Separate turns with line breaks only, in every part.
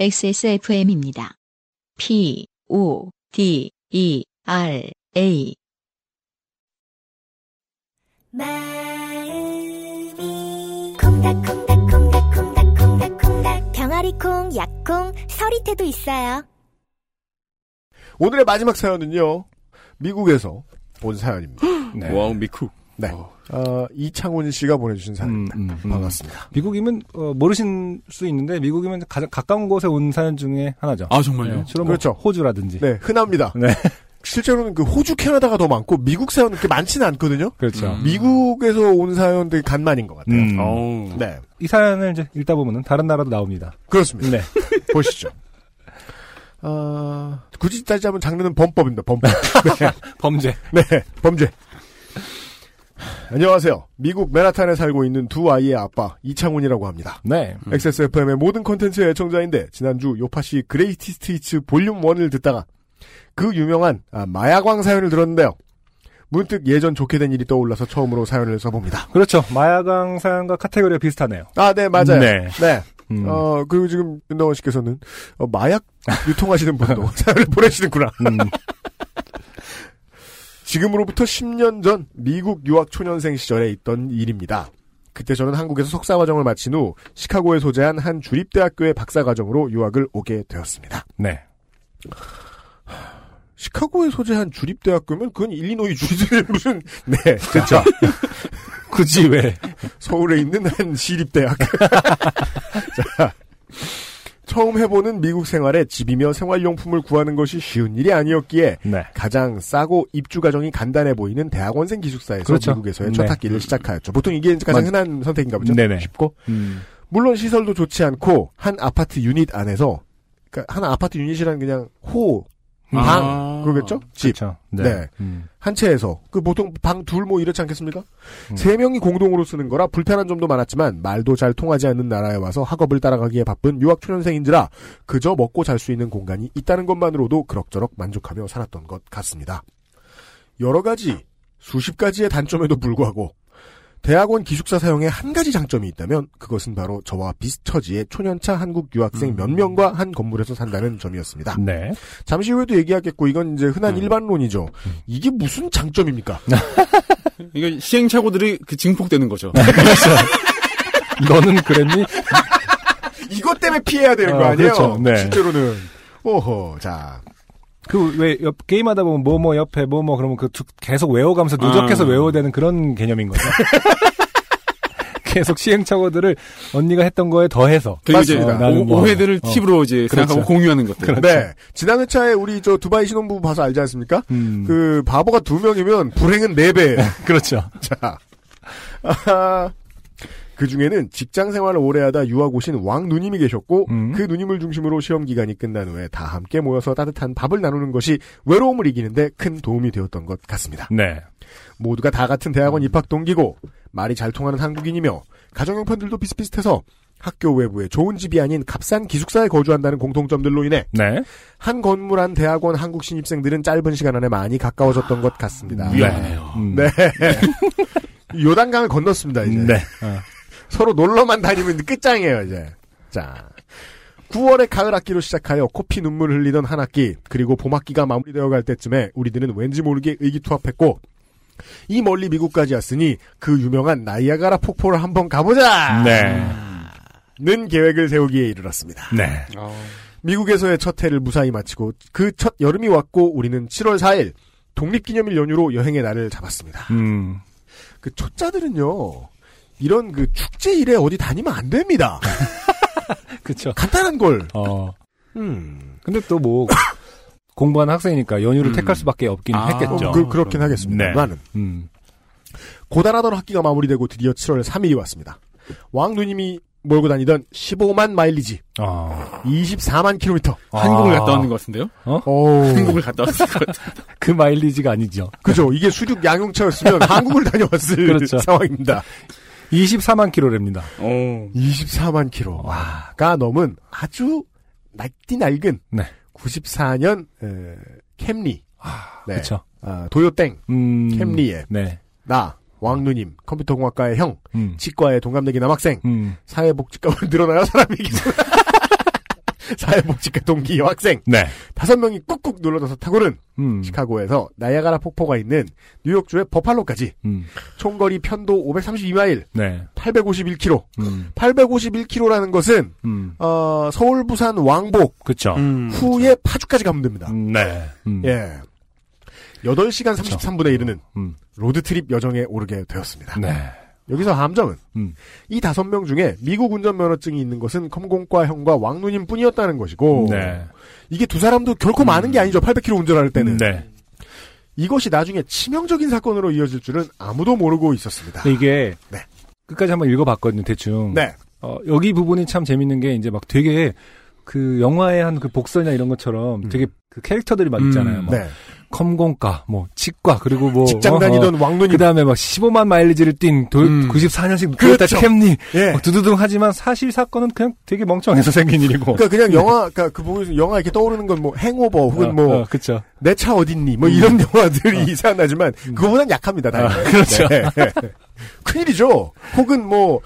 XSFM입니다. P, O, D, E, R, A.
마음이 콩닥콩닥콩닥콩닥콩닥 병아리콩, 약콩, 서리태도 있어요.
오늘의 마지막 사연은요. 미국에서 온 사연입니다.
네.
와우 미쿠.
네.
어.
어, 이창훈 씨가 보내주신
음,
사연입니다.
음, 음.
반갑습니다.
미국이면 어, 모르신 수 있는데 미국이면 가장 가까운 곳에 온 사연 중에 하나죠.
아 정말요?
네, 주로
그렇죠.
뭐 호주라든지.
네, 흔합니다.
네.
실제로는 그 호주, 캐나다가 더 많고 미국 사연은 그렇게 많지는 않거든요.
그렇죠.
음.
미국에서 온 사연 되게 간만인 것 같아요.
음.
어우.
네,
이 사연을 이제 읽다 보면은 다른 나라도 나옵니다.
그렇습니다.
네.
보시죠. 아, 굳이 따지자면 장르는 범법입니다. 범법.
범죄.
네, 범죄. 안녕하세요. 미국 맨하탄에 살고 있는 두 아이의 아빠 이창훈이라고 합니다.
네.
XSFM의 음. 모든 컨텐츠의 애청자인데 지난주 요파시 그레이티스트 히츠 볼륨 1을 듣다가 그 유명한 아, 마약왕 사연을 들었는데요. 문득 예전 좋게 된 일이 떠올라서 처음으로 사연을 써봅니다.
그렇죠. 마야강 사연과 카테고리가 비슷하네요.
아, 네, 맞아요.
네.
네.
음.
어, 그리고 지금 윤동원 씨께서는 어, 마약 유통하시는 분도 사연을 보내시는구나.
음.
지금으로부터 10년 전 미국 유학 초년생 시절에 있던 일입니다. 그때 저는 한국에서 석사 과정을 마친 후 시카고에 소재한 한 주립대학교의 박사 과정으로 유학을 오게 되었습니다.
네.
시카고에 소재한 주립대학교면 그건 일리노이 주립대 무슨 네
그렇죠. 굳이 왜?
서울에 있는 한 시립대학. 자, 처음 해보는 미국 생활에 집이며 생활용품을 구하는 것이 쉬운 일이 아니었기에
네.
가장 싸고 입주 과정이 간단해 보이는 대학원생 기숙사에서
그렇죠.
미국에서의
네.
첫 학기를 시작하였죠. 보통 이게 이제 가장
맞-
흔한 선택인가 보죠.
네네.
쉽고
음.
물론 시설도 좋지 않고 한 아파트 유닛 안에서 그러니까 한 아파트 유닛이란 그냥 호 방, 그러겠죠? 집.
그렇죠.
네.
음.
한 채에서 그 보통 방 둘 뭐 이렇지 않겠습니까?
음.
세 명이 공동으로 쓰는 거라 불편한 점도 많았지만 말도 잘 통하지 않는 나라에 와서 학업을 따라가기에 바쁜 유학 초년생인지라 그저 먹고 잘 수 있는 공간이 있다는 것만으로도 그럭저럭 만족하며 살았던 것 같습니다. 여러 가지 수십 가지의 단점에도 불구하고 대학원 기숙사 사용에 한 가지 장점이 있다면 그것은 바로 저와 비슷처지의 초년차 한국 유학생 몇 명과 한 건물에서 산다는 점이었습니다.
네.
잠시 후에도 얘기하겠고 이건 이제 흔한
음.
일반론이죠. 이게 무슨 장점입니까?
음.
이거 시행착오들이 그 증폭되는 거죠.
너는 그랬니?
이것 때문에 피해야 되는
아,
거 아니에요?
그렇죠. 네.
실제로는 오호 자
그 왜 게임하다 보면 뭐 뭐 옆에 뭐 뭐 그러면 그 두- 계속 외워가면서 누적해서
아.
외워야 되는 그런 개념인 거죠. 계속 시행착오들을 언니가 했던 거에 더해서
그리고 이제
맞습니다.
나는
오-
뭐-
오해들을
어.
팁으로 이제 생각하고 공유하는 것들.
그렇죠.
네. 지난 회차에 우리 저 두바이 신혼부부 봐서 알지 않습니까?
음, 그,
그 바보가 두 명이면 불행은 네 배.
렇죠
그렇죠.
자. 아하. 그 중에는 직장 생활을 오래 하다 유학 오신 왕 누님이 계셨고,
음.
그 누님을 중심으로 시험 기간이 끝난 후에 다 함께 모여서 따뜻한 밥을 나누는 것이 외로움을 이기는데 큰 도움이 되었던 것 같습니다.
네.
모두가 다 같은 대학원 입학 동기고 말이 잘 통하는 한국인이며 가정 형편들도 비슷비슷해서 학교 외부에 좋은 집이 아닌 값싼 기숙사에 거주한다는 공통점들로 인해
네.
한 건물 안 대학원 한국 신입생들은 짧은 시간 안에 많이 가까워졌던 것
아.
같습니다.
미안해요.
음.
네. 요단강을 건넜습니다, 이제.
네.
서로 놀러만 다니면 끝장이에요, 이제. 자. 9월에 가을 학기로 시작하여 코피 눈물 흘리던 한 학기, 그리고 봄 학기가 마무리되어 갈 때쯤에 우리들은 왠지 모르게 의기투합했고, 이 멀리 미국까지 왔으니 그 유명한 나이아가라 폭포를 한번
아.
가보자!
네.
는 계획을 세우기에 이르렀습니다.
네.
아.
미국에서의 첫 해를 무사히 마치고 그 첫 여름이 왔고 우리는 7월 4일 독립기념일 연휴로 여행의 날을 잡았습니다.
음.
그 초짜들은요. 이런 그 축제 일에 어디 다니면 안 됩니다.
그쵸.
간단한 걸.
어.
음.
근데 또 뭐, 공부하는 학생이니까 연휴를
음.
택할 수밖에 없긴
아.
했겠죠.
어, 그, 그렇긴 하겠습니다.
네.
나는
음.
고단하던 학기가 마무리되고 드디어 7월 3일이 왔습니다. 왕 누님이 몰고 다니던 15만 마일리지,
아.
24만 킬로미터.
한국을
아.
갔다 오는 것 같은데요?
오,
한국을 갔다 왔을 것 같아요.
그 마일리지가 아니죠.
그죠? 이게 수륙 양용차였으면 한국을 다녀왔을
그렇죠.
상황입니다.
24만 킬로랍니다.
오.
24만 킬로가 넘은 아주 낡디 낡은
네.
94년 에, 캠리 네.
그쵸.
아, 도요땡
음.
캠리의
네.
나 왕누님 컴퓨터공학과의 형
음.
치과의 동갑내기 남학생
음.
사회복지과만 늘어나요 사람이 사회복지과 동기 여학생
네.
다섯 명이 꾹꾹 눌러져서 타고른
음.
시카고에서 나야가라 폭포가 있는 뉴욕주의 버팔로까지
음.
총거리 편도 532마일,
네.
851km.
음.
851km라는 것은
음.
어, 서울 부산 왕복
그쵸.
음.
후에 파주까지 가면 됩니다.
음, 네. 음.
예. 8시간 33분에 이르는
음.
로드트립 여정에 오르게 되었습니다.
네.
여기서 함정은
음.
이 다섯 명 중에 미국 운전면허증이 있는 것은 컴공과 형과 왕누님 뿐이었다는 것이고
네. 음.
이게 두 사람도 결코 많은 게 아니죠. 800km 운전할 때는.
네.
이것이 나중에 치명적인 사건으로 이어질 줄은 아무도 모르고 있었습니다.
근데 이게
네.
끝까지 한번 읽어봤거든요. 대충.
네.
어, 여기 부분이 참 재밌는 게 이제 막 되게 그 영화의 한 그 복선이나 이런 것처럼 되게 그 캐릭터들이 막 있잖아요.
음,
막
음. 네.
컴공과, 뭐 치과, 그리고 뭐
직장
어,
다니던 왕눈이
그 다음에 막 15만 마일리지를 뛴 도,
음.
94년식
그렇죠.
그렇다 캠리
예.
막 두두둥 하지만 사실 사건은 그냥 되게 멍청해서 생긴 일이고.
그러니까 그냥 영화 그러니까 그 보면서 영화 이렇게 떠오르는 건 뭐 행오버 혹은 뭐
네. 어, 음. 그쵸.
내 차 어딨니 뭐 이런 영화들이 이상하지만 그거보단 약합니다. 다행히.
음. 그렇죠.
네. 큰일이죠. 혹은 뭐
음.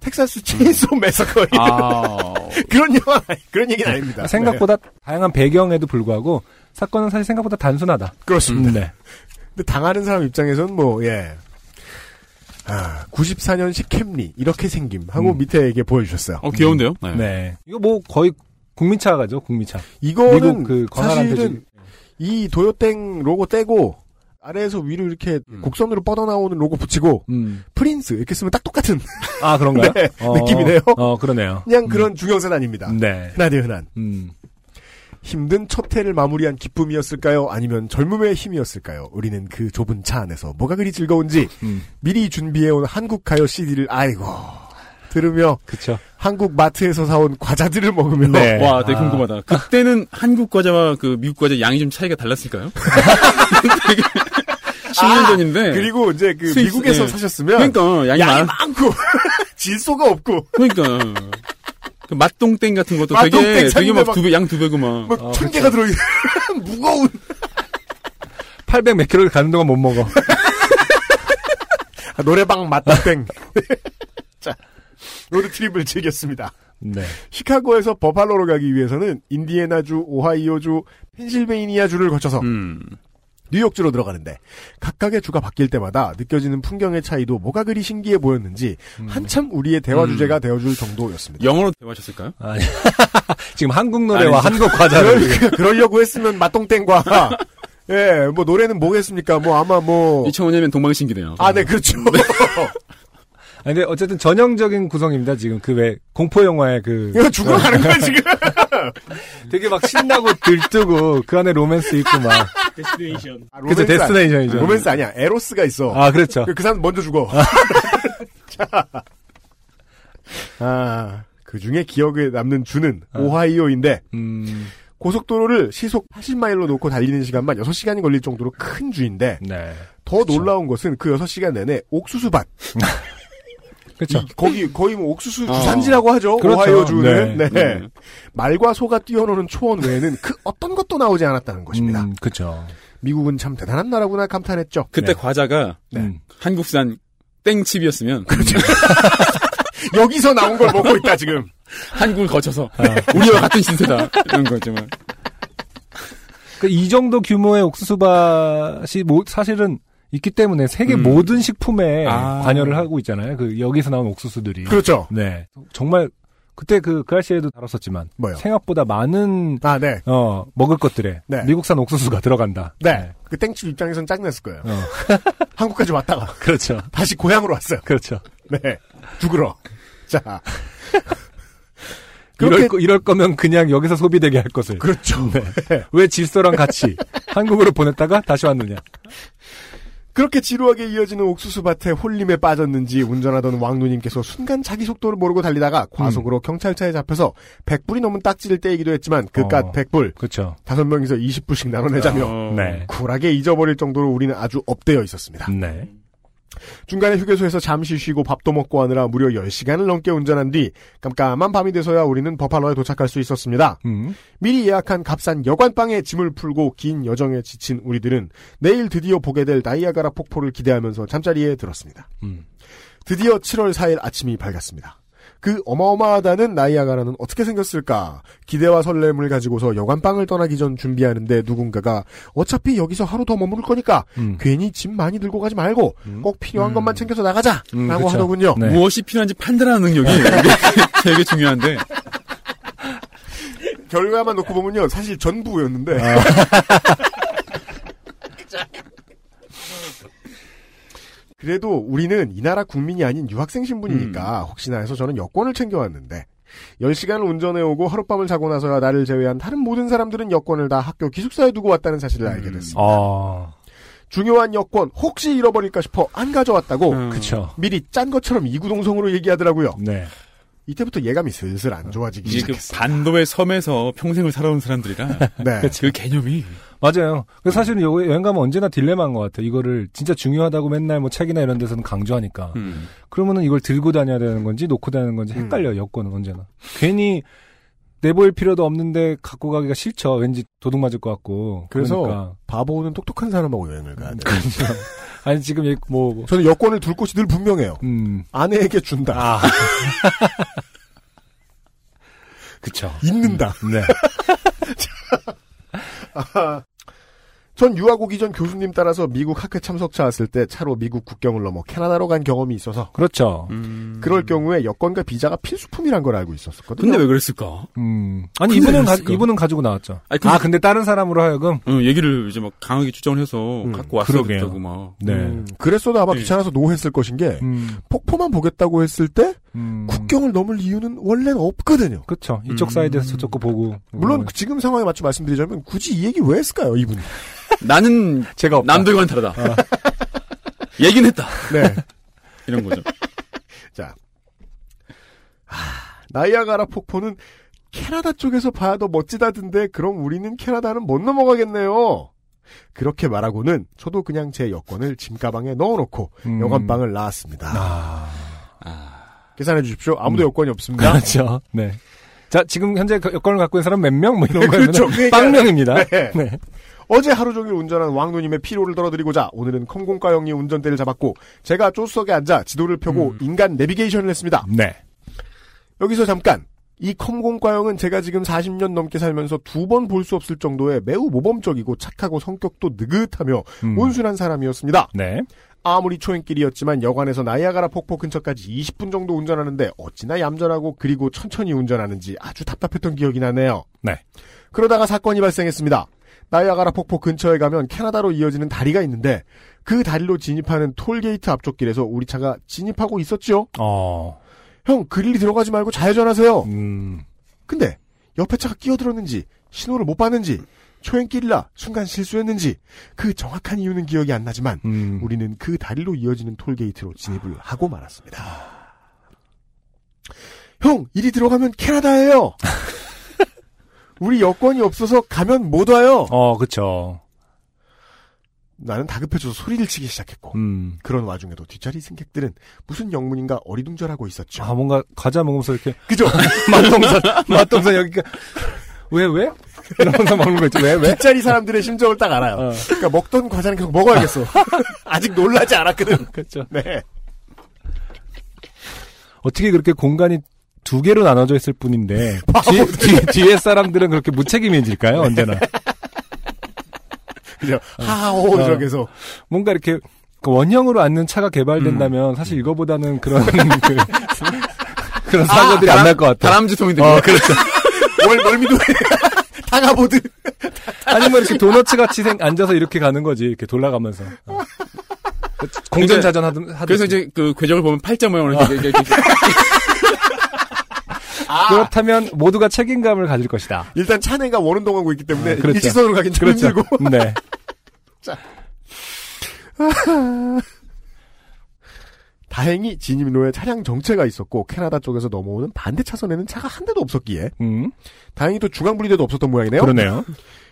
텍사스 체인소 매서커 이런
아.
그런 영화 그런 얘기는 아닙니다.
생각보다 다양한 배경에도 불구하고 사건은 사실 생각보다 단순하다.
네. 그렇습니다.
네.
근데 당하는 사람 입장에서는 뭐 예. 아, 94년식 캠리 이렇게 생김 하고
음.
밑에 이게 보여주셨어요.
어, 귀여운데요? 네.
네. 이거 뭐 거의 국민차가죠, 국민차.
이거는
미국 그 건활한
사실은 이 도요땡 로고 떼고 아래에서 위로 이렇게 곡선으로 뻗어나오는 로고 붙이고
음.
프린스 이렇게 쓰면 딱 똑같은
아, 그런가요?
네, 느낌이네요.
어, 그러네요.
그냥 그런 중형선 아닙니다.
네.
흔하디 흔한
음.
힘든 첫 해를 마무리한 기쁨이었을까요? 아니면 젊음의 힘이었을까요? 우리는 그 좁은 차 안에서 뭐가 그리 즐거운지
음.
미리 준비해온 한국 가요 CD를 아이고 들으며
그쵸.
한국 마트에서 사온 과자들을 먹으며
네.
어, 와, 되게
아.
궁금하다. 그때는 한국 과자와 그 미국 과자 양이 좀 차이가 달랐을까요? 되게 10년 전인데.
그리고 이제 그
스위스,
미국에서
예.
사셨으면
그러니까 양이
양이
많.
많고 질소가 없고
그러니까 그 맛동땡 같은 것도
맛동땡
되게 되게 막
막- 뭐
두 배 양 두 배고 막.
막 천 개가 들어 있는 무거운
800 몇 킬로를 가는 동안 못 먹어.
아, 노래방 맛땡 자 로드 트립을 즐겼습니다.
네.
시카고에서 버팔로로 가기 위해서는 인디애나주, 오하이오주, 펜실베이니아주를 거쳐서
음.
뉴욕주로 들어가는데 각각의 주가 바뀔 때마다 느껴지는 풍경의 차이도 뭐가 그리 신기해 보였는지 한참 우리의 대화
음.
주제가 되어줄 정도였습니다.
영어로 대화하셨을까요?
아니, 지금 한국 노래와
아니,
한국 과자를.
그러니까 그러려고 했으면 맛동땡과 예, 뭐 노래는 뭐겠습니까? 뭐 아마 뭐
2005년이면 동방신기네요.
아, 네, 그렇죠.
아니, 근데 어쨌든 전형적인 구성입니다, 지금. 그 왜, 공포 영화의 그.
이거 죽으러 가는 거야, 지금.
되게 막 신나고 들뜨고, 그 안에 로맨스 있고 막.
데스티네이션.
아, 로맨스
그쵸,
아니-
데스티네이션이죠.
로맨스 아니야. 에로스가 있어.
아, 그렇죠.
그, 그 사람 먼저 죽어. 자. 아, 그 중에 기억에 남는 주는 오하이오인데,
음,
고속도로를 시속 80마일로 놓고 달리는 시간만 6시간이 걸릴 정도로 큰 주인데,
네.
더 놀라운 것은 그 6시간 내내 옥수수밭.
그렇죠.
이- 거기, 거의 뭐 옥수수
어.
주산지라고 하죠.
그렇죠.
오하이오 주는. 네.
네.
네.
말과 소가 뛰어노는 초원 외에는 그 어떤 것도 나오지 않았다는 것입니다.
음, 그렇죠.
미국은 참 대단한 나라구나 감탄했죠.
그때
네.
과자가
음.
한국산 땡칩이었으면
그렇죠. 여기서 나온 걸 먹고 있다, 지금.
한국을 거쳐서
아.
우리와 같은 신세다 이런 거지만
뭐.
그 이 정도 규모의 옥수수밭이 뭐- 사실은 있기 때문에 세계
음.
모든 식품에
아.
관여를 하고 있잖아요. 그 여기서 나온 옥수수들이.
그렇죠.
네. 정말 그때 그 글씨에도 다뤘었지만
뭐요?
생각보다 많은
아, 네.
어, 먹을 것들에
네.
미국산 옥수수가 들어간다.
네. 그 땡칩 입장에선 짜증났을 거예요.
어,
한국까지 왔다가
그렇죠.
다시 고향으로 왔어요.
그렇죠.
네. 죽으러. 자. 그렇게-
이럴, 거, 네. 이럴 거면 그냥 여기서 소비되게 할 것을.
그렇죠.
왜 질서랑 같이 한국으로 보냈다가 다시 왔느냐.
그렇게 지루하게 이어지는 옥수수밭에 홀림에 빠졌는지 운전하던 왕누님께서 순간 자기 속도를 모르고 달리다가 과속으로
음.
경찰차에 잡혀서 100불이 넘은 딱지를 떼이기도 했지만 그깟
어.
100불
그렇죠.
다섯 명이서 20불씩 나눠내자며
어,
네.
쿨하게 잊어버릴 정도로 우리는 아주 업되어 있었습니다.
네.
중간에 휴게소에서 잠시 쉬고 밥도 먹고 하느라 무려 10시간을 넘게 운전한 뒤 깜깜한 밤이 돼서야 우리는 버팔로에 도착할 수 있었습니다.
음.
미리 예약한 값싼 여관방에 짐을 풀고 긴 여정에 지친 우리들은 내일 드디어 보게 될 나이아가라 폭포를 기대하면서 잠자리에 들었습니다.
음.
드디어 7월 4일 아침이 밝았습니다. 그 어마어마하다는 나이아가라는 어떻게 생겼을까? 기대와 설렘을 가지고서 여관방을 떠나기 전 준비하는데 누군가가 어차피 여기서 하루 더 머무를 거니까
음.
괜히 짐 많이 들고 가지 말고
음.
꼭 필요한
음.
것만 챙겨서 나가자!
음,
라고
그쵸.
하더군요.
네.
무엇이 필요한지 판단하는 능력이
네.
되게 중요한데
결과만 놓고 보면요. 사실 전부였는데. 그래도 우리는 이 나라 국민이 아닌 유학생 신분이니까
음.
혹시나 해서 저는 여권을 챙겨왔는데 10시간을 운전해오고 하룻밤을 자고 나서야 나를 제외한 다른 모든 사람들은 여권을 다 학교 기숙사에 두고 왔다는 사실을
음.
알게 됐습니다.
아,
중요한 여권 혹시 잃어버릴까 싶어 안 가져왔다고
음.
그쵸.
미리 짠 것처럼 이구동성으로 얘기하더라고요.
그렇죠. 네.
이때부터 예감이 슬슬 안 좋아지기
이게 그
시작했어요.
반도의 섬에서 평생을 살아온 사람들이라
네.
그 개념이
맞아요. 그 사실은 요- 여행 가면 언제나 딜레마인 것 같아요. 이거를 진짜 중요하다고 맨날 뭐 책이나 이런 데서는 강조하니까.
음.
그러면은 이걸 들고 다녀야 되는 건지 놓고 다니는 건지
음.
헷갈려요. 여권은 언제나. 괜히 내보일 필요도 없는데 갖고 가기가 싫죠. 왠지 도둑 맞을 것 같고.
그래서
그러니까.
바보는 똑똑한 사람하고 여행을 가야
음.
돼요.
아니 지금 얘- 뭐 뭐,
저는 여권을 둘 곳이 늘 분명해요.
음.
아내에게 준다.
그쵸.
잊는다.
네.
아. 전 유학 오기 전 교수님 따라서 미국 학회 참석차 왔을 때 차로 미국 국경을 넘어 캐나다로 간 경험이 있어서
그렇죠.
음.
그럴 경우에 여권과 비자가 필수품이란 걸 알고 있었거든요.
근데 왜 그랬을까? 어,
음. 아니
근데
이분은 가,
그랬을까?
이분은 가지고 나왔죠.
아니, 근데-
아 근데 다른 사람으로 하여금
어, 얘기를 이제 막 강하게 주장을 해서
음,
갖고 왔었다고
그러게요.
막.
네.
음, 그랬어도 아마
네.
귀찮아서 노했을 것인 게
음.
폭포만 보겠다고 했을 때
음.
국경을 넘을 이유는 원래는 없거든요.
그쵸. 이쪽 사이드에서 저쪽 거 보고.
물론
어,
그 지금 상황에 맞춰 말씀드리자면 굳이 이 얘기 왜 했을까요, 이분?
나는
제가 없다.
남들과는 다르다. 얘긴 했다.
네.
이런 거죠.
자. 하, 나이아가라 폭포는 캐나다 쪽에서 봐야 더 멋지다던데 그럼 우리는 캐나다는 못 넘어가겠네요. 그렇게 말하고는 저도 그냥 제 여권을 짐 가방에 넣어놓고
음.
여관방을 나왔습니다.
아. 음.
계산해 주십시오. 아무도 여권이 없습니다.
그렇죠. 네. 자 지금 현재 그 여권을 갖고 있는 사람 몇 명? 뭐 이런 거면
그렇죠. 그 얘기야.
빵명입니다.
네.
네.
어제 하루 종일 운전한 왕누님의 피로를 덜어드리고자 오늘은 컴공과 형이 운전대를 잡았고 제가 조수석에 앉아 지도를 펴고
음.
인간 내비게이션을 했습니다.
네.
여기서 잠깐. 이 컴공과형은 제가 지금 40년 넘게 살면서 두 번 볼 수 없을 정도의 매우 모범적이고 착하고 성격도 느긋하며
음.
온순한 사람이었습니다.
네.
아무리 초행길이었지만 여관에서 나이아가라 폭포 근처까지 20분 정도 운전하는데 어찌나 얌전하고 그리고 천천히 운전하는지 아주 답답했던 기억이 나네요.
네.
그러다가 사건이 발생했습니다. 나이아가라 폭포 근처에 가면 캐나다로 이어지는 다리가 있는데 그 다리로 진입하는 톨게이트 앞쪽 길에서 우리 차가 진입하고 있었지요.
어.
형 그릴리 들어가지 말고 좌회전하세요.
음.
근데 옆에 차가 끼어들었는지 신호를 못 봤는지 초행길이라 순간 실수했는지 그 정확한 이유는 기억이 안 나지만
음.
우리는 그 다리로 이어지는 톨게이트로 진입을 하고 말았습니다. 형 이리 들어가면 캐나다예요. 우리 여권이 없어서 가면 못 와요.
어, 그쵸.
나는 다급해져서 소리를 치기 시작했고
음.
그런 와중에도 뒷자리 승객들은 무슨 영문인가 어리둥절하고 있었죠.
아, 뭔가 과자 먹으면서 이렇게
그죠?
맛동산, 맛동산 여기가 왜 왜? 이러면서 먹는 거 있지. 왜 왜?
뒷자리 사람들의 심정을 딱 알아요.
어.
그러니까 먹던 과자는 계속 먹어야겠어. 아직 놀라지 않았거든.
그렇죠.
네.
어떻게 그렇게 공간이 두 개로 나눠져 있을 뿐인데 뒤, 뒤, 뒤에 사람들은 그렇게 무책임해질까요? 언제나
그죠. 하오
어.
저기서
뭔가 이렇게 그 원형으로 앉는 차가 개발된다면 사실 이거보다는 그런 그, 런 사고들이 안 날 것 같아. 요
다람쥐통이 됩니다.
그렇죠.
월 멀미도 다가보드.
아니면 뭐 이렇게 도너츠 같이 생- 앉아서 이렇게 가는 거지 이렇게 돌아가면서 어. 공전 자전 하든 하든
그래서 이제 그 궤적을 보면 팔자 모양으로 이렇게, 이렇게, 이렇게,
아. 그렇다면 모두가 책임감을 가질 것이다.
일단 차내가 원운동하고 있기 때문에
그렇죠.
일직선으로 가긴 좀
그렇죠.
힘들고.
네.
다행히 진입로에 차량 정체가 있었고 캐나다 쪽에서 넘어오는 반대 차선에는 차가 한 대도 없었기에
음.
다행히 또 중앙 분리대도 없었던 모양이네요.
그러네요.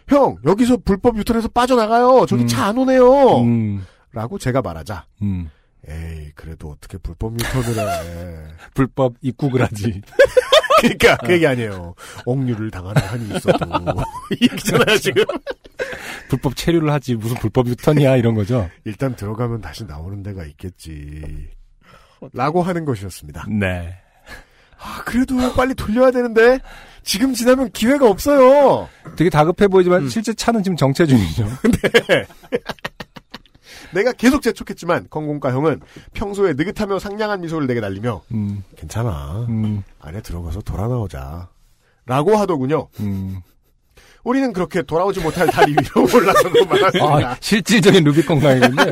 형 여기서 불법 유턴해서 빠져나가요. 저기
음.
차 안 오네요.
음.
라고 제가 말하자.
음.
에이 그래도 어떻게 불법 유턴을 해.
불법 입국을 하지.
그러니까 그 얘기 아니에요. 억류를 당하는 한이 있어도 그렇죠. 이 얘기잖아요 지금.
불법 체류를 하지. 무슨 불법 유턴이야 이런 거죠.
일단 들어가면 어, 음. 다시 나오는 데가 있겠지. 라고 하는 것이었습니다.
네.
아, 그래도 빨리 돌려야 되는데 지금 지나면 기회가 없어요.
되게 다급해 보이지만 실제 차는 지금 정체 중이죠.
내가 계속 재촉했지만 건공과 형은 평소에 느긋하며 상냥한 미소를 내게 날리며
음,
괜찮아
음,
안에 들어가서 돌아 나오자 라고 하더군요.
음.
우리는 그렇게 돌아오지 못할 다리 위로 올라서고 말았습니다.
아, 실질적인 루비콘 강의군요.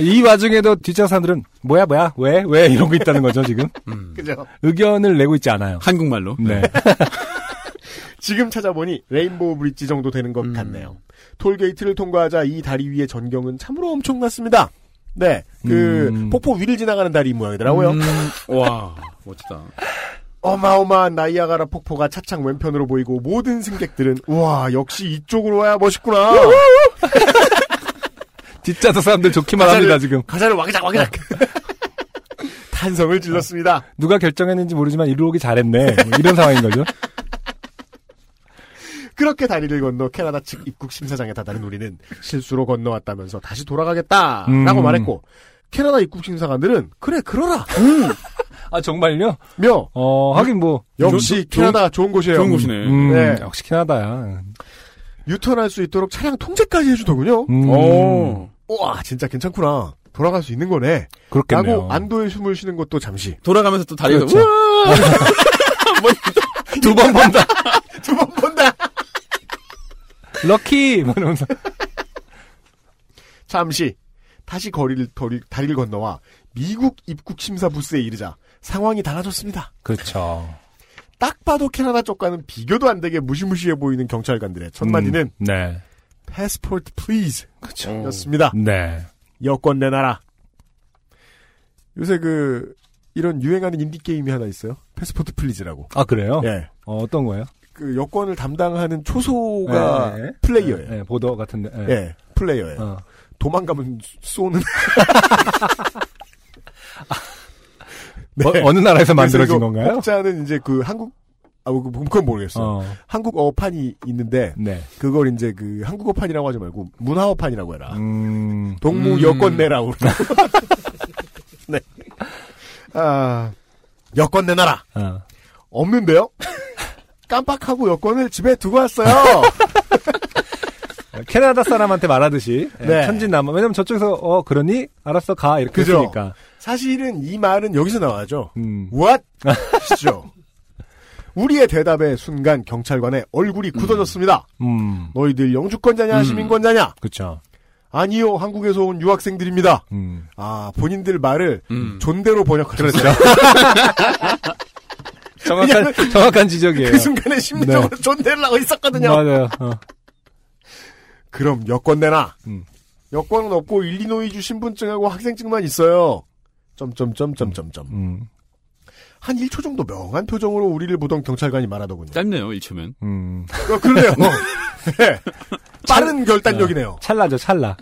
이 와중에도 뒷차 사람들은 뭐야 뭐야 왜 왜 이러고 있다는 거죠 지금
그죠?
의견을 내고 있지 않아요.
한국말로.
네.
지금 찾아보니 레인보우 브릿지 정도 되는
음.
것 같네요. 톨게이트를 통과하자 이 다리 위의 전경은 참으로 엄청났습니다. 네, 그
음.
폭포 위를 지나가는 다리 모양이더라고요.
음, 와, 멋지다.
어마어마한 나이아가라 폭포가 차창 왼편으로 보이고 모든 승객들은 우와 역시 이쪽으로 와야 멋있구나.
뒷좌석 사람들 좋기만 합니다 지금. 어.
가사를 와그작 와그작. 탄성을 질렀습니다.
누가 결정했는지 모르지만 이리로 오기 잘했네. 뭐 이런 상황인 거죠.
그렇게 다리를 건너 캐나다 측 입국 심사장에 다다른 우리는 실수로 건너왔다면서 다시 돌아가겠다라고
음.
말했고 캐나다 입국 심사관들은 그래 그러라
아 정말요?
며
어 하긴 뭐
역시 캐나다 좋은 곳이에요.
좋은 곳이네.
음,
네.
역시 캐나다야.
유턴할 수 있도록 차량 통제까지 해주더군요.
음,
오.
우와 진짜 괜찮구나. 돌아갈 수 있는 거네.
그렇겠네요.
라고 안도의 숨을 쉬는 것도 잠시
돌아가면서 또 다리가
그렇죠.
우와!
두 번 본다.
두 번 본다.
럭키 뭐 이러면서
잠시 다시 거리를 거리- 다리를 건너와 미국 입국 심사 부스에 이르자 상황이 달라졌습니다.
그렇죠.
딱 봐도 캐나다 쪽과는 비교도 안 되게 무시무시해 보이는 경찰관들의 첫 마디는
음, 네.
passport please 였습니다.
네.
여권 내놔라. 요새 그 이런 유행하는 인디 게임이 하나 있어요. 패스포트 플리즈라고.
아 그래요?
예.
어, 어떤 거예요?
그 여권을 담당하는 초소가
네.
플레이어예요.
네, 보더 같은데. 네.
예. 플레이어예요.
어.
도망가면 쏘는 네.
어, 느 나라에서 만들어진
그래서 이거
건가요?
혹자는 이제 그 한국 아 그- 그건 모르겠어요.
어,
한국어판이 있는데
네.
그걸 이제 그 한국어판이라고 하지 말고 문화어판이라고 해라.
음,
동무
음.
여권 내라. 우리. 네. 아 여권 내놔라.
어.
없는데요? 깜빡하고 여권을 집에 두고 왔어요.
캐나다 사람한테 말하듯이 예,
네.
천진난만. 왜냐면 저쪽에서 어 그러니 알았어 가 이렇게
그죠.
했으니까.
사실은 이 말은 여기서 나와죠.
음.
What? 시죠. 우리의 대답에 순간 경찰관의 얼굴이 굳어졌습니다.
음.
너희들 영주권자냐
음.
시민권자냐?
그렇죠.
아니요, 한국에서 온 유학생들입니다.
음.
아, 본인들 말을
음.
존대로 번역하셨어요.
정확한 정확한 지적이에요.
그 순간에 심리적으로 존대를 하고 있었거든요.
맞아요. 어.
그럼 여권 내놔.
음.
여권은 없고 일리노이주 신분증하고 학생증만 있어요. 점점점점점점.
음.
한 1초 정도 명한 표정으로 우리를 보던 경찰관이 말하더군요.
짧네요, 1초면.
음.
어, 그러네요. 네. 빠른 결단력이네요.
찰나죠 찰나.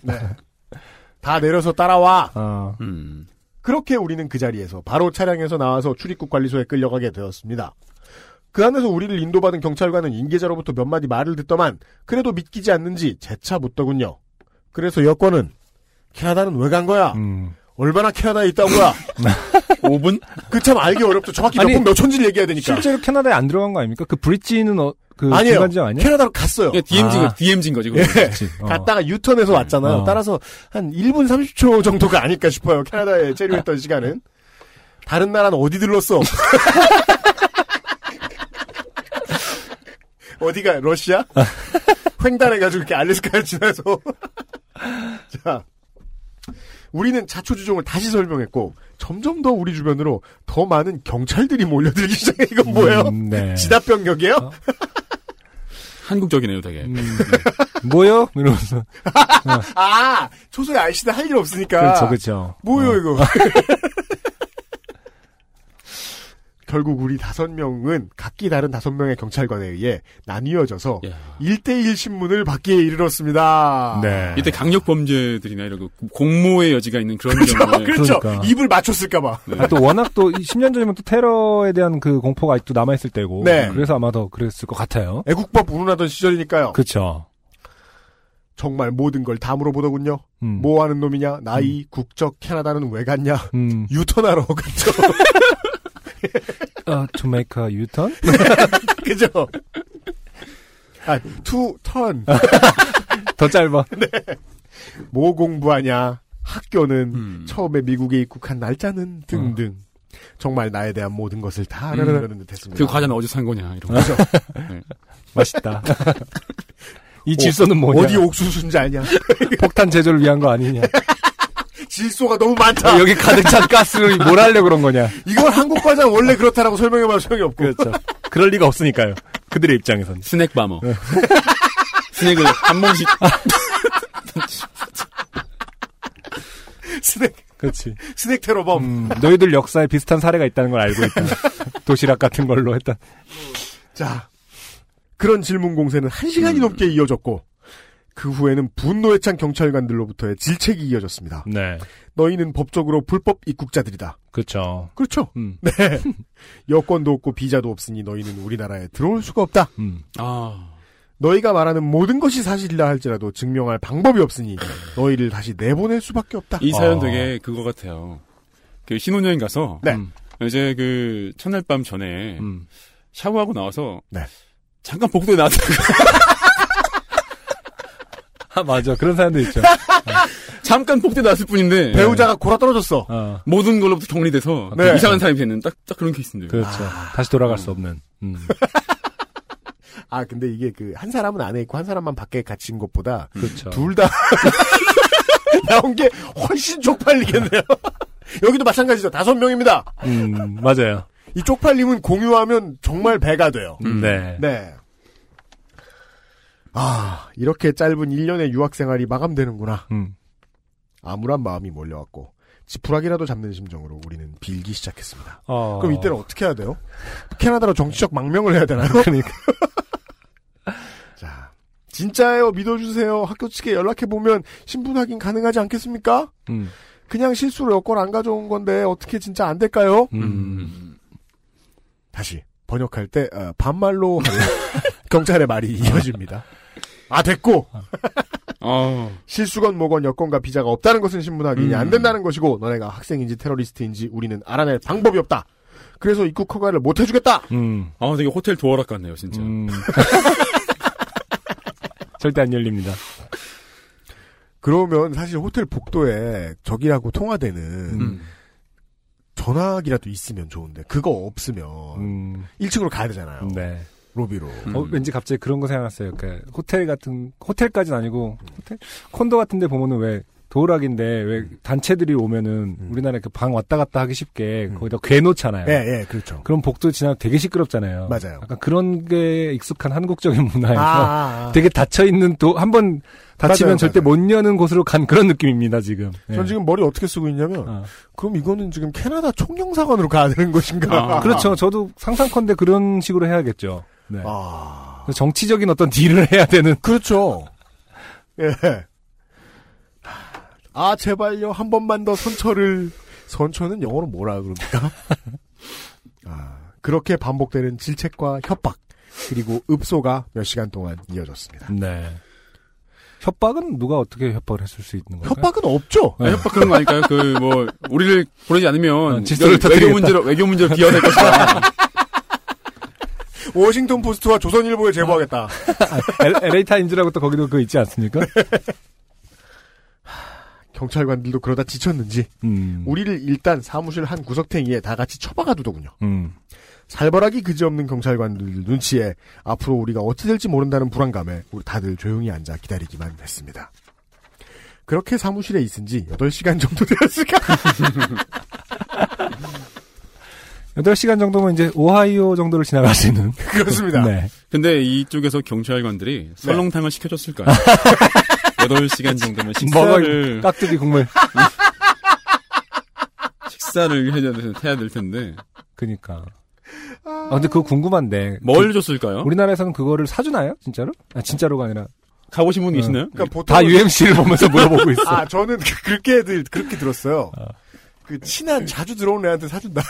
다 내려서 따라와.
어.
음.
그렇게 우리는 그 자리에서 바로 차량에서 나와서 출입국 관리소에 끌려가게 되었습니다. 그 안에서 우리를 인도받은 경찰관은 인계자로부터 몇 마디 말을 듣더만 그래도 믿기지 않는지 재차 묻더군요. 그래서 여권은 캐나다는 왜 간 거야?
음.
얼마나 캐나다에 있다 온 거야?
5분?
그 참 알기 어렵죠. 정확히 몇
아니,
분 몇 촌지를 얘기해야 되니까.
실제로 캐나다에 안 들어간 거 아닙니까? 그 브릿지는 어, 그
그러니까. 아니에요.
중간지점 아니에요?
캐나다로 갔어요.
그냥 DMZ인
아.
거, DMZ인 거지. 그거.
예.
그렇지. 어.
갔다가 유턴해서 왔잖아요.
어.
따라서 한 1분 30초 정도가 아닐까 싶어요. 캐나다에 체류했던 시간은. 다른 나라는 어디 들렀어? 어디가 러시아? 횡단해가지고 이렇게 알래스카를 지나서. 자, 우리는 자초지종을 다시 설명했고 점점 더 우리 주변으로 더 많은 경찰들이 몰려들기 시작해. 이건 뭐예요?
음, 네.
지답 변경이에요?
한국적이네요, 되게.
음. 뭐요? 이러면서.
아, 초소에 아저씨들 할 일 없으니까.
그렇죠, 그렇죠.
그러니까 뭐요
어.
이거? 결국 우리 다섯 명은 각기 다른 다섯 명의 경찰관에 의해 나뉘어져서
예.
야.
일 1대1 신문을 받기에 이르렀습니다.
네.
이때 강력 범죄들이나 이런 거, 공모의 여지가 있는 그런
그렇죠,
경우에
그렇죠.
그러니까.
입을 맞췄을까봐.
아, 또 워낙 또 10년 전이면 또 테러에 대한 그 공포가 아직도 남아있을 때고.
네.
그래서 아마 더 그랬을 것 같아요.
애국법 운운하던 시절이니까요.
그쵸.
정말 모든 걸 다 물어보더군요.
음.
뭐 하는 놈이냐? 나이, 국적, 캐나다는 왜 갔냐?
음.
유턴하러 갔죠.
어, to make a U-turn?
그죠? 아, 투 턴.
아. 더 짧아.
뭐 공부하냐? 학교는
음.
처음에 미국에 입국한
어.
날짜는 등등. 정말 나에 대한 모든 것을 다
음.
알아내는 듯했습니다.
그 과자는 어디서 산 거냐 이런 거죠.
맛있다. 이 질서는 뭐냐?
어디 옥수수인지 아냐?
폭탄 제조를 위한 거 아니냐?
질소가 너무 많다.
아, 여기 가득 찬 가스를 뭘 하려고 그런 거냐?
이걸 한국 과자 는 원래 그렇다라고 설명해봐도 소용이 없고.
그렇죠. 그럴 리가 없으니까요. 그들의 입장에서는.
스낵 바머.
네.
스낵을 한 번씩
아.
스낵
그렇지.
스낵 테러범.
음, 너희들 역사에 비슷한 사례가 있다는 걸 알고 있다. 도시락 같은 걸로 했다.
자, 그런 질문 공세는 한 시간이
음.
넘게 이어졌고, 그 후에는 분노에 찬 경찰관들로부터의 질책이 이어졌습니다.
네.
너희는 법적으로 불법 입국자들이다.
그렇죠.
그렇죠.
음.
여권도 없고 비자도 없으니 너희는 우리나라에 들어올 수가 없다.
음.
아
너희가 말하는 모든 것이 사실이라 할지라도 증명할 방법이 없으니 너희를 다시 내보낼 수밖에 없다.
이 사연
어.
되게 그거 같아요. 그 신혼여행 가서
네.
음.
이제 그 첫날 밤 전에
음.
샤워하고 나와서
네.
잠깐 복도에 나왔다가
아, 맞아. 그런 사람도 있죠.
잠깐 복도에 나왔을 뿐인데
배우자가 골아 떨어졌어.
어,
모든 걸로부터 격리돼서
네.
이상한 사람이 되는 딱, 딱 그런 케이스인데 요
아, 그렇죠. 다시 돌아갈 수 없는. 음.
아, 근데 이게 그 한 사람은 안에 있고 한 사람만 밖에 갇힌 것보다
그렇죠.
둘 다 나온 게 훨씬 쪽팔리겠네요. 여기도 마찬가지죠. 다섯 명입니다.
음, 맞아요.
이 쪽팔림은 공유하면 정말 배가 돼요.
네.
네. 아, 이렇게 짧은 1년의 유학 생활이 마감되는구나.
음.
암울한 마음이 몰려왔고, 지푸라기라도 잡는 심정으로 우리는 빌기 시작했습니다.
어.
그럼 이때는 어떻게 해야 돼요? 캐나다로 정치적 망명을 해야 되나요?
그러니까.
자, 진짜예요. 믿어주세요. 학교 측에 연락해보면 신분 확인 가능하지 않겠습니까?
음.
그냥 실수로 여권 안 가져온 건데 어떻게 진짜 안 될까요?
음.
다시 번역할 때 어, 반말로 하는 경찰의 말이 이어집니다. 아 됐고
어,
실수건 뭐건 여권과 비자가 없다는 것은 신분 확인이
음.
안 된다는 것이고 너네가 학생인지 테러리스트인지 우리는 알아낼 방법이 없다. 그래서 입국 허가를 못 해주겠다.
음.
아 되게 호텔 도어락 같네요 진짜
음. 절대 안 열립니다.
그러면 사실 호텔 복도에 저기하고 통화되는
음.
전화기라도 있으면 좋은데 그거 없으면
음.
1층으로 가야 되잖아요.
네.
로비로.
어,
음.
왠지 갑자기 그런 거 생각났어요. 그 호텔 같은 호텔까지는 아니고 호텔 콘도 같은데 보면은 왜 도락인데 왜 단체들이 오면은
음.
우리나라 그 방 왔다 갔다 하기 쉽게
음.
거기다 괴 놓잖아요.
예, 예, 그렇죠.
그럼 어. 복도 지나 되게 시끄럽잖아요.
맞아요.
약간 그런 게 익숙한 한국적인 문화에서
아, 아.
네. 되게 닫혀 있는 도 한 번 닫히면
맞아요,
절대
맞아요.
못 여는 곳으로 간 그런 느낌입니다 지금.
전
예.
지금 머리 어떻게 쓰고 있냐면
어.
그럼 이거는 지금 캐나다 총영사관으로 가야 되는 것인가?
아,
그렇죠. 저도 상상컨대 그런 식으로 해야겠죠. 네.
아,
그래서 정치적인 어떤 딜을 해야 되는.
그렇죠. 예. 아, 제발요. 한 번만 더 선처를. 선처는 영어로 뭐라 그럽니까? 아, 그렇게 반복되는 질책과 협박, 그리고 읍소가 몇 시간 동안 이어졌습니다.
네. 협박은 누가 어떻게 협박을 했을 수 있는 걸까요?
협박은 없죠?
아, 협박 그런 거 아닐까요? 그, 뭐, 우리를 보내지 않으면,
아, 질서를
외- 외교 문제로, 외교 문제로 비워낼 것이다.
워싱턴 포스트와 조선일보에 제보하겠다.
아, LA 타임즈라고 또 거기도 그거 있지 않습니까?
경찰관들도 그러다 지쳤는지,
음.
우리를 일단 사무실 한 구석탱이에 다 같이 처박아 두더군요.
음.
살벌하기 그지없는 경찰관들 눈치에 앞으로 우리가 어찌 될지 모른다는 불안감에 우리 다들 조용히 앉아 기다리기만 했습니다. 그렇게 사무실에 있은 지 8시간 정도 되었을까?
8시간 정도면 이제 오하이오 정도를 지나갈 수 있는.
그렇습니다.
네.
근데 이쪽에서 경찰관들이 설렁탕을 시켜줬을까요? 8시간 정도면 식사를,
먹을 깍두기 국물.
식사를 해야 될, 해야 될 텐데,
그니까. 아, 근데 그거 궁금한데.
뭘
그-
줬을까요?
우리나라에는 그거를 사주나요? 진짜로? 아, 진짜로가 아니라.
가보신 분 계시나요?
그러니까 보통
다 UMC를 보면서 물어보고 있어.
아 저는 그- 그렇게 들 그렇게 들었어요. 그 친한 자주 들어오는 애한테 사준다.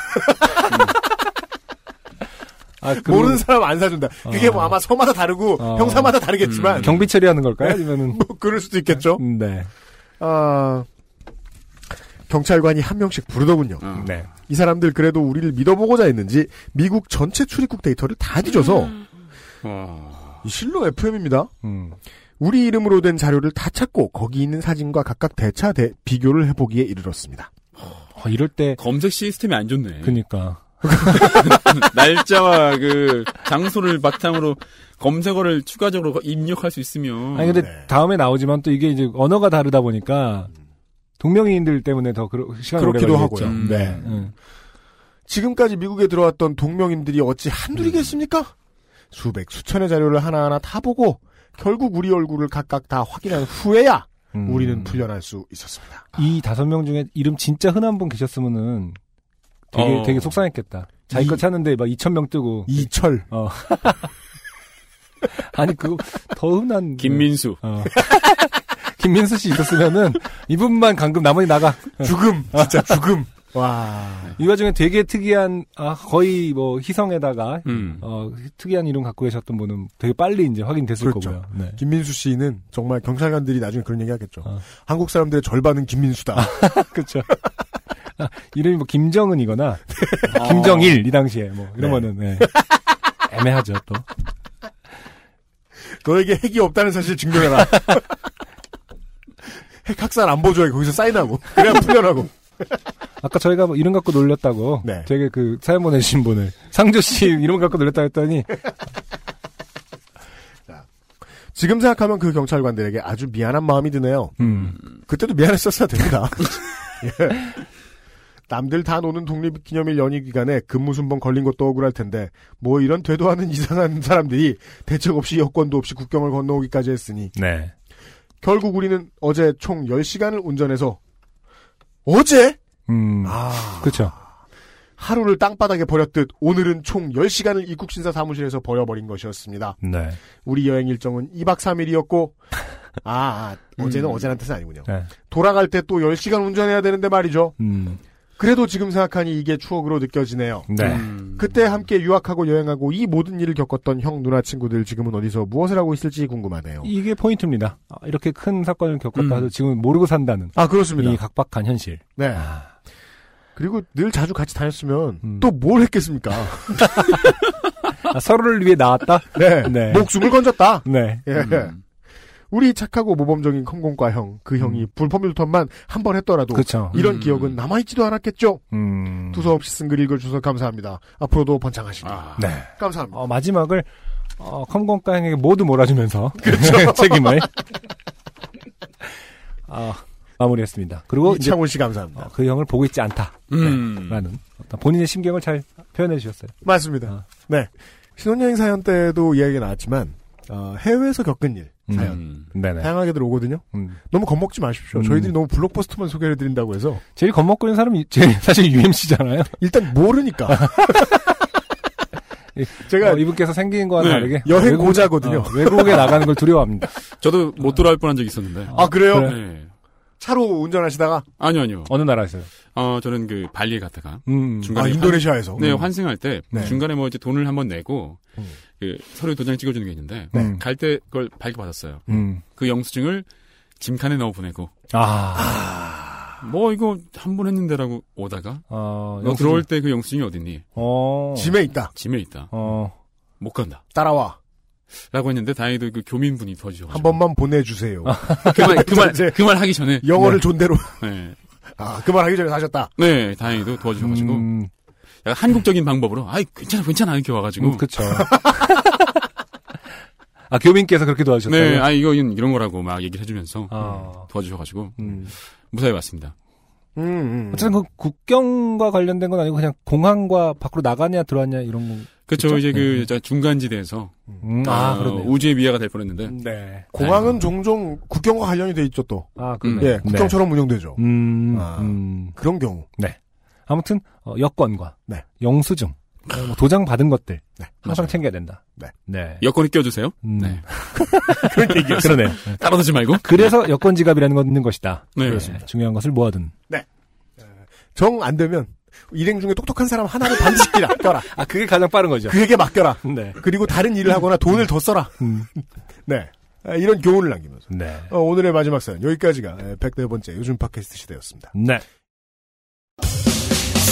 아,
모르는 사람 안 사준다. 그게 뭐 아마 서마다 다르고
어.
형사마다 다르겠지만
음.
경비
네.
처리하는 걸까요? 아니면은.
뭐 그럴 수도 있겠죠.
네.
아, 경찰관이 한 명씩 부르더군요.
어.
네.
이 사람들 그래도 우리를 믿어보고자 했는지 미국 전체 출입국 데이터를 다 뒤져서
와.
이 실로 FM입니다.
음.
우리 이름으로 된 자료를 다 찾고 거기 있는 사진과 각각 대차 대 비교를 해보기에 이르렀습니다.
아, 이럴 때
검색 시스템이 안 좋네.
그니까
날짜와 그 장소를 바탕으로 검색어를 추가적으로 입력할 수 있으면
아니 근데
네.
다음에 나오지만 또 이게 이제 언어가 다르다 보니까 동명이인들 때문에 더 그러, 시간이 오래
그렇기도
걸리겠죠.
하고요.
음.
네.
음.
지금까지 미국에 들어왔던 동명인들이 어찌 한둘이겠습니까? 수백 수천의 자료를 하나하나 다 보고 결국 우리 얼굴을 각각 다 확인한 후에야
음. 아.
우리는 풀려날 수 있었습니다.
이 다섯 명 중에 이름 진짜 흔한 분 계셨으면은 되게
어.
되게 속상했겠다. 자기 거
이-
찾는데 막 2천 명 뜨고
이철
아니 그거 더 흔한
김민수
어. 김민수 씨 있었으면은 이분만 감금 나머지 나가.
죽음 진짜 죽음 와
이 와중에 되게 특이한 아 거의 뭐 희성에다가
음.
어 특이한 이름 갖고 계셨던 분은 되게 빨리 이제 확인됐을
그렇죠.
거고요. 네.
김민수 씨는 정말 경찰관들이 나중에 그런 얘기하겠죠.
어.
한국 사람들의 절반은 김민수다.
그렇죠. 아, 이름이 뭐 김정은이거나
어.
김정일 이 당시에 뭐
네.
이러면은 네. 애매하죠 또.
너에게 핵이 없다는 사실 증명해라. 핵 학살 안 보조해 거기서 사인하고 그래야 풀려나고.
아까 저희가 뭐 이름 갖고 놀렸다고
네.
되게 그 사연 보내주신 분을 상조 씨 이름 갖고 놀렸다 했더니
지금 생각하면 그 경찰관들에게 아주 미안한 마음이 드네요.
음.
그때도 미안했었어야 됩니다. 예. 남들 다 노는 독립기념일 연휴 기간에 근무순번 걸린 것도 억울할 텐데 뭐 이런 되도 않은 이상한 사람들이 대책 없이 여권도 없이 국경을 건너오기까지 했으니
네.
결국 우리는 어제 총 10시간을 운전해서 어제?
음.
아
그렇죠.
하루를 땅바닥에 버렸듯 오늘은 총 10시간을 입국신사 사무실에서 버려버린 것이었습니다.
네.
우리 여행 일정은 2박 3일이었고 아, 아, 어제는 어제란 뜻은 아니군요.
네.
돌아갈 때 또 10시간 운전해야 되는데 말이죠.
음.
그래도 지금 생각하니 이게 추억으로 느껴지네요.
네.
음.
그때 함께 유학하고 여행하고 이 모든 일을 겪었던 형 누나 친구들 지금은 어디서 무엇을 하고 있을지 궁금하네요.
이게 포인트입니다. 아, 이렇게 큰 사건을 겪었다
음.
해도 지금 모르고 산다는
아
이
그렇습니다.
각박한 현실.
네. 그리고 늘 자주 같이 다녔으면
아. 음.
또 뭘 했겠습니까?
아, 서로를 위해 나왔다?
네.
네.
목숨을 건졌다.
네.
예. 우리 착하고 모범적인 컴공과 형, 그 형이 불법 유턴만 한 번 했더라도
음. 그렇죠.
이런
음.
기억은 남아있지도 않았겠죠.
음.
두서없이 쓴 글 읽어주셔서 감사합니다. 앞으로도 번창하시길.
아.
네.
감사합니다.
어, 마지막을 어, 컴공가행에게 모두 몰아주면서
그렇죠.
네, 책임을 아, 마무리했습니다. 그리고 이제
이창훈 씨
어,
감사합니다.
그 형을 보고 있지 않다라는
음.
어떤 본인의 심경을 잘 표현해 주셨어요.
맞습니다.
아.
네. 신혼여행 사연 때도 이야기가 나왔지만, 어, 해외에서 겪은 일, 사연.
음.
네네.
다양하게들 오거든요. 너무 겁먹지 마십시오.
음.
저희들이 너무 블록버스터만 소개해드린다고 해서,
제일 겁먹고 있는 사람이 제일 사실 UMC잖아요.
일단 모르니까. 제가,
어, 이분께서 생긴 거와
네.
다르게
여행
외국-
고자거든요.
어, 외국에 나가는 걸 두려워합니다.
저도 못 돌아올 뻔한 적이 있었는데.
아, 그래요?
그래.
네.
차로 운전하시다가,
아니요, 아니요.
어느 나라에서요?
어, 저는 그 발리에 갔다가
음.
중간에
아, 인도네시아에서.
네, 환승할 때
네.
중간에 뭐 이제 돈을 한번 내고
음.
그 서류 도장 찍어 주는 게 있는데
네.
갈 때 그걸 발급받았어요.
음.
그 영수증을 짐칸에 넣어 보내고
아.
뭐 이거 한 번 했는데라고 오다가
어,
너
영수증.
들어올 때 그 영수증이 어딨니?
어.
짐에 있다.
짐에 있다.
어.
못 간다.
따라와.
라고 했는데 다행히도 그 교민분이 도와주셔.
한 번만 보내주세요.
그말 그 말
이제-
그 말 하기 전에
영어를 존대로.
네.
아, 그 말 하기 전에 하셨다.
네, 다행히도 도와주셔 가지고
음,
약간 한국적인 방법으로 아이 괜찮아 괜찮아 이렇게 와 가지고
음, 그쵸. 아, 교민께서 그렇게 도와주셨다고요?
네, 아 이거 이건 이런 거라고 막 얘기를 해 주면서
아.
도와주셔 가지고
음.
무사히 왔습니다.
음, 음.
어쨌든 그 국경과 관련된 건 아니고 그냥 공항과 밖으로 나가냐 들어왔냐 이런 거.
그렇죠.
네.
이제 그 자, 중간지대에서
음, 아,
어,
그렇네요.
우주의 미아가 될 뻔했는데
네.
공항은 종종 국경과 관련이 돼 있죠, 또.
아, 그러네.
예, 국경처럼 운영되죠.
네. 음,
아.
음.
그런 경우.
아무튼 어, 여권과
네.
영수증, 어, 뭐 도장 받은 것들
네,
항상
맞아요.
챙겨야 된다.
네.
네.
여권을 끼워주세요.
음.
네.
그런 얘기 그러네요. 네.
따라다지 말고.
그래서 여권 지갑이라는 건 있는 것이다.
네.
중요한 것을 모아둔.
정 안 되면 일행 중에 똑똑한 사람 하나를 반드시 끼라 껴라
아 그게 가장 빠른 거죠.
그에게 맡겨라
네.
그리고 다른 일을 하거나 돈을 더 써라
음.
네 아, 이런 교훈을 남기면서
네.
예, 어, 오늘의 마지막 사연 여기까지가 104번째 요즘 팟캐스트 시대였습니다
네.